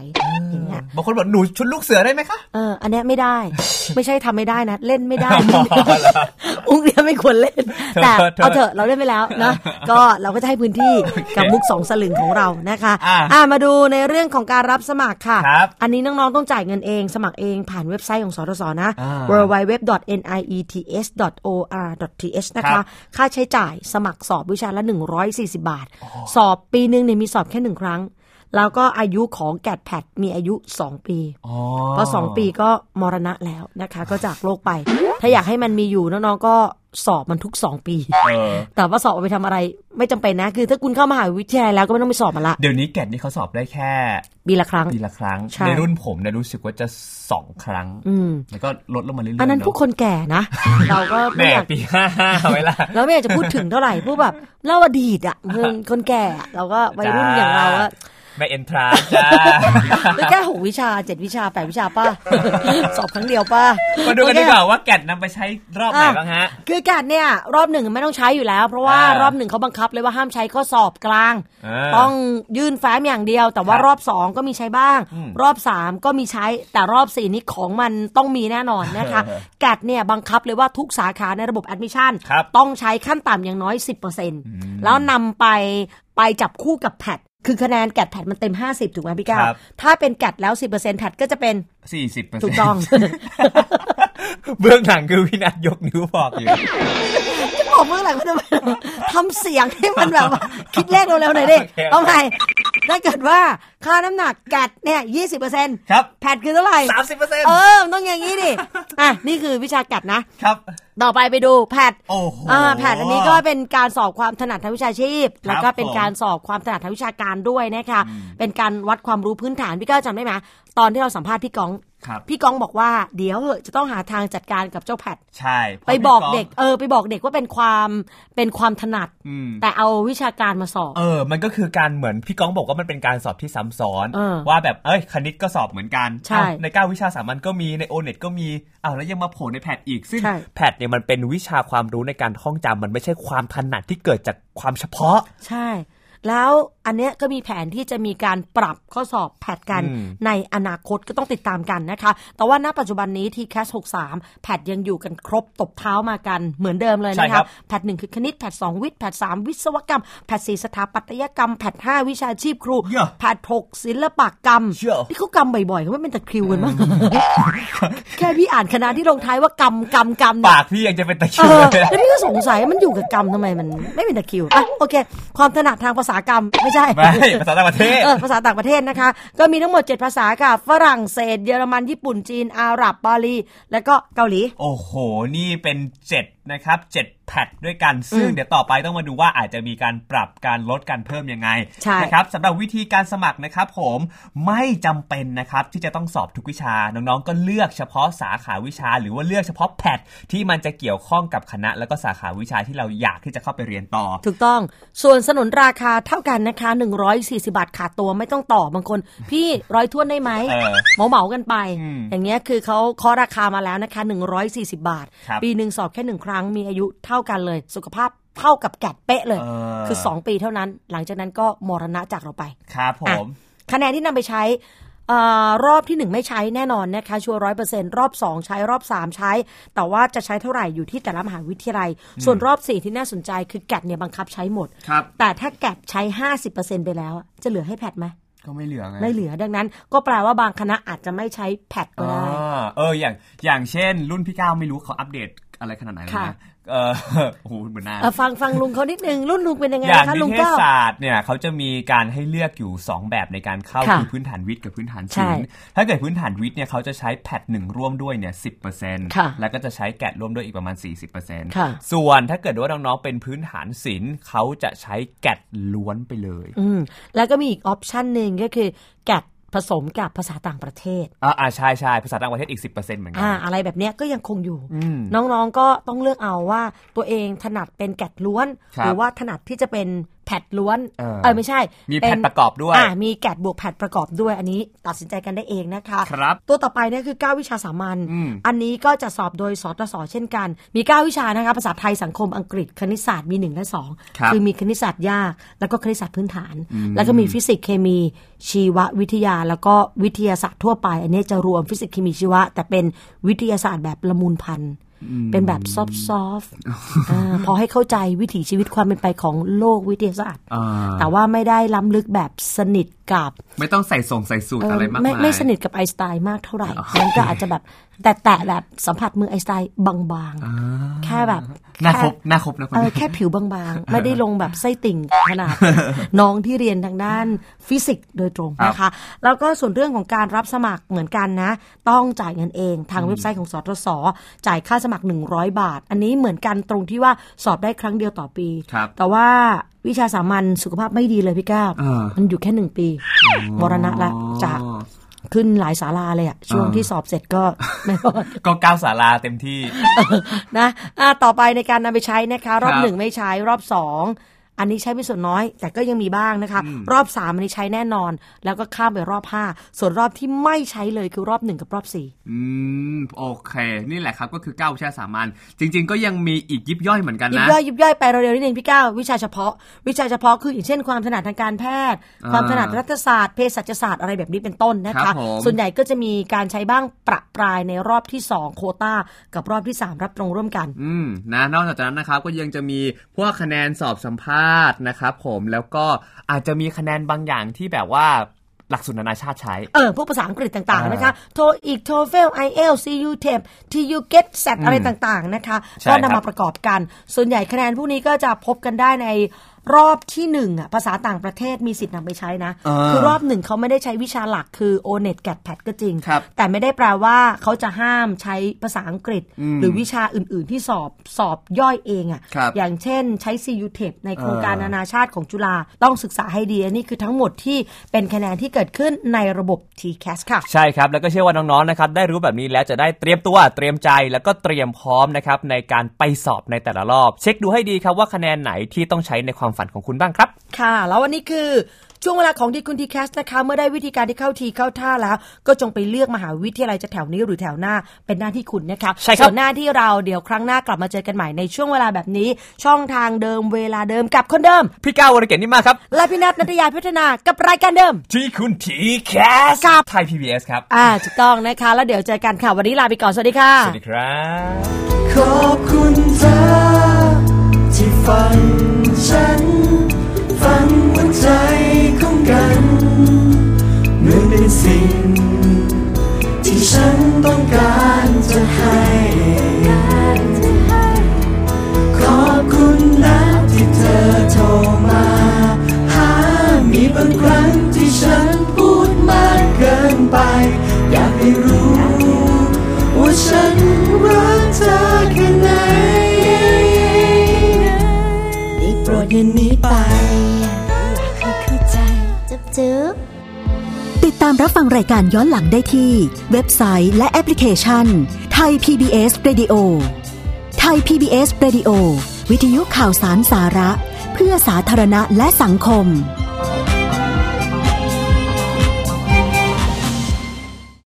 S2: อย่างเงี้ย
S3: บางคนบอกหนูชุดลูกเสือได้ไหมคะ
S2: เอออันเนี้ยไม่ได้ ไม่ใช่ทำไม่ได้นะ เล่นไม่ได้
S3: อ๋อเหรอ
S2: อุ้งเนี้ยไม่ควรเล่น แต่
S3: เธอเธอ
S2: เอาเถอะเราเล่นไปแล้ว นะก็เราก็จะให้พื้นที่กับมุกสองสลึงของเรานะคะ
S3: อ่ะ
S2: ะมาดูในเรื่องของการรับสมัครค่ะ
S3: ครับ
S2: อันนี้น้องๆต้องจ่ายเงินเอง สมัครเองผ่านเว็บไซต์ของสทศนะ
S3: อ่า
S2: www.niets.or.th นะ
S3: ครั
S2: คะ
S3: บ
S2: ค่าใช้จ่ายสมัครสอบวิชาละ 140 บาท สอบปีหนึ่งเนี่ยมีสอบแค่หนึ่งครั้ง แล้วก็อายุของแกดแพดมีอายุ 2 ปี
S3: อ๋อ
S2: ก็ 2 ปีก็มรณะแล้วนะคะ ก็จากโลกไป ถ้าอยากให้มันมีอยู่น้องๆก็สอบมันทุก 2 ปี
S3: เออ
S2: แต่ว่าสอบเอาไปทำอะไรไม่จำเป็นนะ คือถ้าคุณเข้ามหาวิทยาลัยแล้วก็ไม่ต้องไปสอบมันละ
S3: เดี๋ยวนี้แกดนี่เขาสอบได้แค่
S2: ปีละครั้ง
S3: ปีละครั้ง
S2: ใช่
S3: ในรุ่นผมเนี่ยรู้สึกว่าจะสองครั้ง
S2: อืม
S3: แล้วก็ลดลงมาเรื่อยๆ
S2: อันนั้น
S3: เะ
S2: ผู้คนแก่นะ เราก็
S3: แหม
S2: ไม่อยาก
S3: ปีห้าห้าไว้ละ
S2: เราไม่อยากจะพูดถึงเท่าไหร่พูดแบบเล่าอดีตอ่ะคนคนแก่อะเราก็วัยรุ่นอย่างเราอะ
S3: ไม่เอนทรานจ้า
S2: ไม่แค่หกวิชาเจ็ดวิชาแปดวิชาป้า สอบครั้งเดียวป้า
S3: มา
S2: มา
S3: ดูกันดีกว่าว่าแกดนำไปใช้รอบไหนบ้างฮะ
S2: คือการเนี่ยรอบหนึ่งไม่ต้องใช้อยู่แล้ว เพราะว่า
S3: อ่าร
S2: รอบหนึ่งเขาบังคับเลยว่าห้ามใช้ข้อสอบกลาง
S3: อ่า
S2: ต้องยื่นแฟ้มอย่างเดียว แต่ว่า
S3: ครับ
S2: รอบสองก็มีใช้บ้าง
S3: อืม
S2: รอบสามก็มีใช้แต่รอบสี่นี้ของมันต้องมีแน่นอนนะคะ แกดเนี่ยบังคับเลยว่าทุกสาขาในระบบแอดมิชชั่น
S3: ครับ
S2: ต้องใช้ขั้นต่ำอย่างน้อย 10%แล้วนำไปไปจับคู่กับแพทคือคะแนนแกดแพทมันเต็ม 50 ถูกไหมพี่ก้าว
S3: ครับ
S2: ถ้าเป็นแกดแล้ว 10%แพทก็จะเป็น
S3: สี่สิบเปอร์เซ็นต์
S2: ถูกต้อง
S3: เบื้องหลังคือพี่นัทยกนิ้วบอกอยู่
S2: จะบอกเมื่อไหร่ก็ได้ทำเสียงให้มันแบบว่าคิดเลขเร็วๆหน่อยดิ
S3: โอเค
S2: เอาใหม่ถ้าเกิดว่าค่าน้ำหนักแกดเนี่ยยี่สิบเปอร์เซ็นต์
S3: ครับ
S2: แพดคือเท่าไหร่
S3: สามสิบเปอร์เซ็นต์
S2: เออมันต้องอย่างนี้ดิ อ่ะ นี่คือวิชากัดนะ
S3: ครับ
S2: ต่อไปไปดูแพด
S3: โอ้โห
S2: อ่าแพดอันนี้ก็เป็นการสอบความถนัดทางวิชาชีพ แล้วก็เป็นการสอบความถนัดทางวิชาการด้วยนะคะ เป็นการวัดความรู้พื้นฐานพี่ก้าวจำได้ไหมตอนที่เราสัมภาษณ์พี่ก้อง
S3: ครับ
S2: พี่ก้องบอกว่าเดี๋ยวเหอะจะต้องหาทางจัดการกับเจ้าแพด
S3: ใช่พ
S2: ไป
S3: ราะพี่
S2: บอก
S3: ง
S2: เด็กเออไปบอกเด็กว่าเป็นความเป็นความถนัด
S3: อืม
S2: แต่เอาวิชาการมาสอบ
S3: เออ มันก็คือการเหมือนพี่ก้องบอกว่ามันเป็นการสอบที่ซ้ำซ้อน
S2: เออ
S3: ว่าแบบ เอ้ย คณิตก็สอบเหมือนกัน
S2: ใช่
S3: อ้าวในเก้าวิชาสามัญก็มี ในโอเน็ตก็มีอ้าวแล้วยังมาโผล่ในแพทอีก ซึ่ง
S2: ใช่
S3: แพทเนี่ยมันเป็นวิชาความรู้ในการท่องจำมันไม่ใช่ความถนัดที่เกิดจากความเฉ พาะ
S2: ใช่ แล้วอันเนี้ยก็มีแผนที่จะมีการปรับข้อสอบแพทกัน
S3: อืม
S2: ในอนาคตก็ต้องติดตามกันนะคะ แต่ว่าณปัจจุบันนี้ทีแคส63 แพทยังอยู่กันครบตบเท้ามากันเหมือนเดิมเลย
S3: ใช่
S2: นะ
S3: ครั
S2: คะ
S3: บ
S2: แพทหนึ่งคือคณิตแพทสองวิทย์แพทสามวิศวกรรมแพทสี่สถาปัตยกรรมแพทห้าวิชาชีพครู
S3: เยอะ
S2: แพทหกศิลปกรรม
S3: เยอะ
S2: นี่เขากรรมบ่อยๆเขาไม่เป็นตะคริวกันบ้าง เหรอแค่พี่อ่านคณะที่ลงท้ายว่ากรรมกรรมกรรมเนี่ย
S3: ปากพี่ยังจะเป็นตะค
S2: เอ
S3: ริว
S2: อ
S3: เลยนะ
S2: แล้วพี่ก็สงสัยมันอยู่กับกรรมทำไมมันไม่เป็นตะคริวอ่ะโอเค ความถนัดทางภาษากรรมไม่ใช่
S3: ไม่ภาษาต่างประเทศ
S2: เออภาษาต่างประเทศนะคะ ก็มีทั้งหมด 7 ภาษาค่ะ ฝรั่งเศส เยอรมันญี่ปุ่นจีน อาหรับบาลี แล้วก็เกาหลี
S3: โอ้โห นี่เป็น 7 นะครับ 7 แพทด้วยกัน ซึ่งเดี๋ยวต่อไปต้องมาดูว่าอาจจะมีการปรับการลดการเพิ่มยังไง
S2: ใช่
S3: นะครับสำหรับวิธีการสมัครนะครับผมไม่จำเป็นนะครับที่จะต้องสอบทุกวิชา น้องๆ ก็เลือกเฉพาะสาขาวิชา หรือว่าเลือกเฉพาะแพทที่มันจะเกี่ยวข้องกับคณะ แล้วก็สาขาวิชาที่เราอยากที่จะเข้าไปเรียนต่อ
S2: ถูกต้องส่วนสนุนราคาเท่ากันนะคะ 140 บาทขาดตัวไม่ต้องต่อบางคน พี่ร้อยท้วนได้ไหม
S3: เออ
S2: เหมาเหมาๆกันไป
S3: อืม
S2: อย่างเงี้ยคือเขาเคาะราคามาแล้วนะคะ 140 บาท
S3: ครับ
S2: ปีหนึ่งสอบแค่หนึ่งครั้งมีอายุเท่ากันเลย สุขภาพเท่ากับแกดเป๊ะเลย
S3: เออ
S2: คือ 2 ปีเท่านั้น หลังจากนั้นก็มรณะจากเราไป
S3: ครับผม
S2: คะแนนที่นำไปใช้เออรอบที่หนึ่งไม่ใช้แน่นอนนะคะ ชัวร้อยเปอร์เซ็นรอบสองใช้รอบสามใช้ แต่ว่าจะใช้เท่าไหร่อยู่ที่แต่ละมหาวิทยาลัย ส่วนรอบสี่ที่น่าสนใจคือแกดเนี่ยบังคับใช้หมด
S3: ครับ
S2: แต่ถ้าแกดใช้ห้าสิบเปอร์เซ็นไปแล้วอะจะเหลือให้แพทไหม
S3: ก็ไม่เหลือไง
S2: ไม่เหลือดังนั้น ก็แปลว่าบางคณะอาจจะไม่ใช้แพทก็ได้
S3: อ่าเอออย่างอย่างเช่น รุ่นพี่ก้าวไม่รู้เขาอัปเดตอะไรขนาดไหนแล้ว
S2: ค่ะ
S3: นะเออ โอ้โหเหมือนนาน
S2: เอ่อฟังฟังลุงเขานิดนึงรุ่นลุงเป็นยังไง
S3: อย่าง
S2: นะคะ
S3: นิ
S2: ลุง
S3: เทศ
S2: เก้า
S3: ศาสตร์เนี่ยเขาจะมีการให้เลือกอยู่ 2 แบบในการเข้า
S2: ค่ะ
S3: คือพื้นฐานวิทย์กับพื้นฐาน
S2: ใช่
S3: ศิลป์ถ้าเกิดพื้นฐานวิทย์เนี่ยเขาจะใช้แพทหนึ่งร่วมด้วยเนี่ยสิ
S2: ค่ะ
S3: แล้วก็จะใช้แกะร่วมด้วยอีกประมาณ 40%
S2: ค่ะ
S3: ส่วนถ้าเกิดว่าน้องๆเป็นพื้นฐานศิลป์เขาจะใช้แกะล้วนไปเลย
S2: อืมแล้วก็มีอีกออปชันหนึ่งก็คือแกดผสมกับภาษาต่างประเทศ
S3: อ่าอ่าใช่ใช่ภาษาต่างประเทศอีก 10%เหมือนกั
S2: อ่าอะไรแบบเนี้ยก็ยังคงอยู่
S3: อืม
S2: น้องๆก็ต้องเลือกเอาว่าตัวเองถนัดเป็นแกะล้วน
S3: ครับ
S2: หรือว่าถนัดที่จะเป็นแพ แพดล้วน
S3: อ่า
S2: เออไม่ใช่
S3: มี
S2: เน
S3: แพทประกอบด้วย
S2: อ่ามีแกดบวกแพดประกอบด้วยอันนี้ตัดสินใจกันได้เองนะคะ
S3: ครับ
S2: ตัวต่อไปเนี่ยคือ 9 วิชาสามัญ
S3: อืม
S2: อันนี้ก็จะสอบโดยสตสเช่นกัน มี 9 วิชานะคะภาษาไทยสังคมอังกฤษคณิตศาสตร์มี 1 และ
S3: ครับ
S2: 2 คือมีคณิตศาสตร์ยาก แล้วก็คณิตศาสตร์พื้นฐาน แล้วก็มีฟิสิกส์เคมีชีววิทยาแล้วก็วิทยาศาสตร์ทั่วไป อันนี้จะรวมฟิสิกส์เคมีชีวะ แต่เป็นวิทยาศาสตร์แบบละมุนพันธุ์เป็นแบบซอฟต์ๆอ่าพอให้เข้าใจวิถีชีวิตความเป็นไปของโลกวิทยาศาสตร์
S3: อ่า
S2: แต่ว่าไม่ได้ล้ำลึกแบบสนิทกับ
S3: ไม่ต้องใส่ส่งใส่สูตรอะไรมาก
S2: เไม่
S3: มาย
S2: ไม่สนิทกับไอน์สไตน์มากเท่าไหร่ มันก็อาจจะแบบแตะๆแบบสัมผัสมือไอน์สไตน์บางๆ แค่แบบ
S3: น่า
S2: แ
S3: ครบน่าครบนะคน
S2: เอ
S3: นี้
S2: อแค่ผิวบางๆ ไม่ได้ลงแบบไส้ติ่งขนาด น้องที่เรียนทางด้านฟิสิกส์โดยตรงนะคะ แล้วก็ส่วนเรื่องของการรับสมัครเหมือนกันนะ ต้องจ่ายเงินเองทางเว็บไซต์ของสทศจ่ายค่าสมัคร 100 บาท อันนี้เหมือนกันตรงที่ว่าสอบได้ครั้งเดียวต่อปี
S3: ครับ
S2: แต่ว่าวิชาสามัญสุขภาพไม่ดีเลยพี่ก้าว
S3: อ่ามั
S2: มันอยู่แค่หนึ่งปีมรณะละจาก ขึ้นหลายศาลาเลยอะช่วงที่สอบเสร็จก็ ไม่รอด
S3: ก็ก้าวสาราเต็มที่
S2: นะอ่าต่อไปในการนำไปใช้นะคะ รอบ
S3: ครับ
S2: หนึ่งไม่ใช้รอบสองอันนี้ใช้เป็นส่วนน้อย แต่ก็ยังมีบ้างนะคะ รอบสามอันนี้ใช้แน่นอน แล้วก็ข้ามไปรอบห้าส่วนรอบที่ไม่ใช้เลยคือรอบหนึ่งกับรอบสี่
S3: ืมโอเค นี่แหละครับก็คือก้าววิชาสามัญจริง ๆ ก็ยังมีอีกยิบย่อยเหมือนกัน
S2: ยิบ
S3: นะ
S2: ย่อยยิบย่อยไปเร็วๆนิดนึงพี่ก้าววิชาเฉพาะ วิชาเฉพาะคืออย่างเช่นความถนัดทางการแพทย์
S3: อ่า
S2: ความถนัดรัฐศาสตร์เภสัชศาสตร์อะไรแบบนี้เป็นต้นนะ
S3: ครั
S2: คะ
S3: บผม
S2: ส่วนใหญ่ก็จะมีการใช้บ้างประปรายในรอบที่สองโควต้ากับรอบที่สามรับตรงร่วมกัน
S3: ืมนะนอกจากนั้นนะครับก็ยังจะมีพวกคะแนนสอบสัมภาษณ์นะครับผมแล้วก็อาจจะมีคะแนนบางอย่างที่แบบว่าหลักสูตรนานาชาติใช้
S2: เออ พวกภาษาอังกฤษต่างๆ
S3: อ่าน
S2: นะคะ โทอีก โทเฟล i อ l c u t e p t u g e t s e t อะไรต่างๆ นะคะ
S3: ใช่
S2: ก็
S3: ครั
S2: นำ
S3: บ
S2: มาประกอบกัน ส่วนใหญ่คะแนนพวกนี้ก็จะพบกันได้ในรอบที่หนึ่งอ่ะ ภาษาต่างประเทศมีสิทธิ์นำไปใช้นะ
S3: อ่า
S2: คือรอบหนึ่งเขาไม่ได้ใช้วิชาหลักคือ o n e t g a t p a t ก็จริง
S3: ครับ
S2: แต่ไม่ได้แปลว่าเขาจะห้ามใช้ภาษาอังกฤษ หรือวิชาอื่นๆที่สอบสอบย่อยเองอ่ะ
S3: ครับ
S2: อย่างเช่นใช้ CU t e p ในโครงการ
S3: อ่า
S2: นานา นานาชาติของจุฬาต้องศึกษาให้ดีอันนี่คือทั้งหมดที่เป็นคะแนนที่เกิดขึ้นในระบบ TCAS ค่ะ
S3: ใช่ครับ แล้วก็เชื่อว่าน้องๆ นะครับ ได้รู้แบบนี้แล้วจะได้เตรียมตัวเตรียมใจแล้วก็เตรียมพร้อมนะครับ ในการไปสอบในแต่ละรอบ เช็คดูให้ดีครับว่าคะแนนไหนที่ต้องใช้ในความฝันของคุณบ้างครับ
S2: ค่ะ แล้ววันนี้คือช่วงเวลาของดีคุณทีแคสนะคะ เมื่อได้วิธีการที่เข้าทีเข้าท่าแล้ว ก็จงไปเลือกมหาวิทยาลัยจะแถวนี้หรือแถวหน้าเป็นหน้าที่คุณนะคะ
S3: ใช่ครับ
S2: ส่วนหน้าที่เราเดี๋ยวครั้งหน้ากลับมาเจอกันใหม่ในช่วงเวลาแบบนี้ ช่องทางเดิมเวลาเดิมกับคนเดิม
S3: พี่ก้าววรเกียรตินี่มากครับ
S2: และพี่นัทนัตยาพัฒนากับรายการ เดิม
S3: ที่คุณทีแคสไทย PBS ครับ
S2: อ่าถูกต้องนะคะ แล้วเดี๋ยวเจอกันค่ะวันนี้ลาไปก่อนสวัสดีค่ะ
S3: สวัสดีครับ
S4: ขอบคุณเธอ ที่ฟังฉัน ฟังหัวใจของกันเหมือนเป็นสิ่ง ที่ฉันต้องการจะให้ ขอบคุณนะที่เธอโทรมา หา มีบางครั้งที่ฉันพูดมากเกินไป อยากให้รู้ ว่าฉันรักเธอแค่ไหนได้โปรดอย่าหนี้ไป
S7: ติดตามรับฟังรายการย้อนหลังได้ที่ เว็บไซต์และแอปพลิเคชันไทย PBS Radio ไทย PBS Radio วิทยุข่าวสารสาระ เพื่อสาธารณะและสังคม